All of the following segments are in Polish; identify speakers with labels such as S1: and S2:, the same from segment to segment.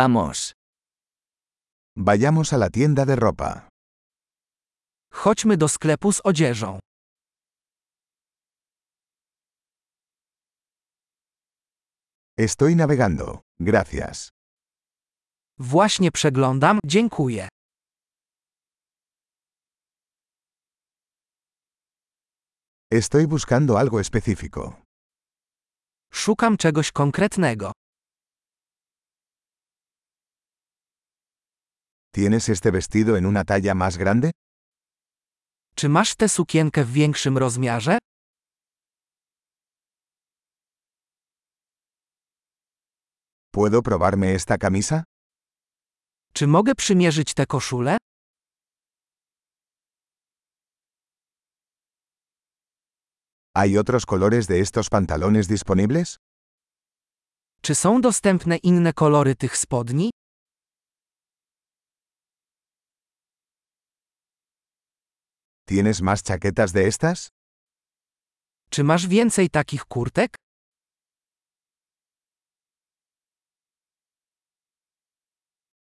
S1: Vamos.
S2: Vayamos a la tienda de ropa.
S1: Chodźmy do sklepu z odzieżą.
S2: Estoy navegando. Gracias.
S1: Właśnie przeglądam, dziękuję.
S2: Estoy buscando algo específico.
S1: Szukam czegoś konkretnego.
S2: ¿Tienes este vestido en una talla más grande?
S1: Czy masz tę sukienkę w większym rozmiarze?
S2: ¿Puedo probarme esta camisa?
S1: Czy mogę przymierzyć tę koszulę?
S2: ¿Hay otros colores de estos pantalones disponibles?
S1: Czy są dostępne inne kolory tych spodni?
S2: ¿Tienes más chaquetas de estas?
S1: Czy masz więcej takich kurtek?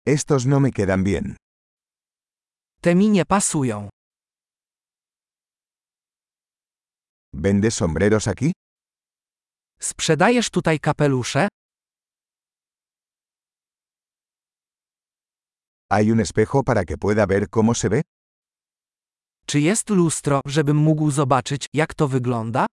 S2: Estos no me quedan bien.
S1: Te mi nie pasują.
S2: ¿Vendes sombreros aquí?
S1: Sprzedajesz tutaj kapelusze?
S2: ¿Hay un espejo para que pueda ver cómo se ve?
S1: Czy jest lustro, żebym mógł zobaczyć, jak to wygląda?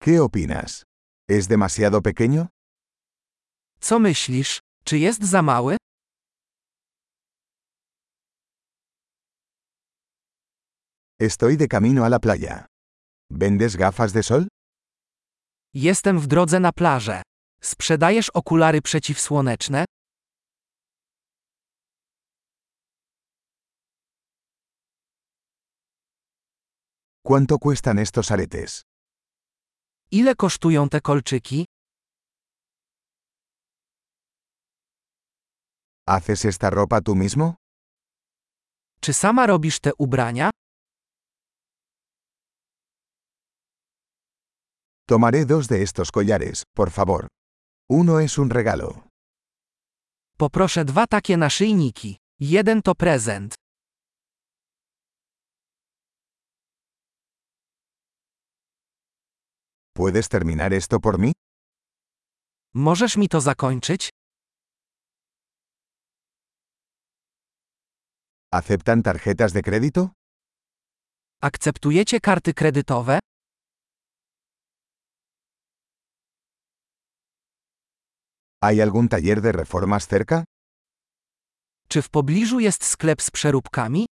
S2: ¿Qué opinas? ¿Es demasiado pequeño?
S1: Co myślisz? Czy jest za mały?
S2: Estoy de camino a la playa. ¿Vendes gafas de sol?
S1: Jestem w drodze na plażę. Sprzedajesz okulary przeciwsłoneczne?
S2: ¿Cuánto cuestan estos aretes?
S1: Ile kosztują te kolczyki?
S2: ¿Haces esta ropa tú mismo?
S1: Czy sama robisz te ubrania?
S2: Tomaré dos de estos collares, por favor. Uno es un regalo.
S1: Poproszę dwa takie naszyjniki. Jeden to prezent.
S2: ¿Puedes terminar esto por mí?
S1: Możesz mi to zakończyć?
S2: ¿Aceptan tarjetas de crédito?
S1: Akceptujecie karty kredytowe?
S2: ¿Hay algún taller de reformas cerca?
S1: Czy w pobliżu jest sklep z przeróbkami?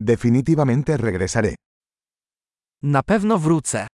S2: Definitivamente regresaré.
S1: Na pewno wrócę.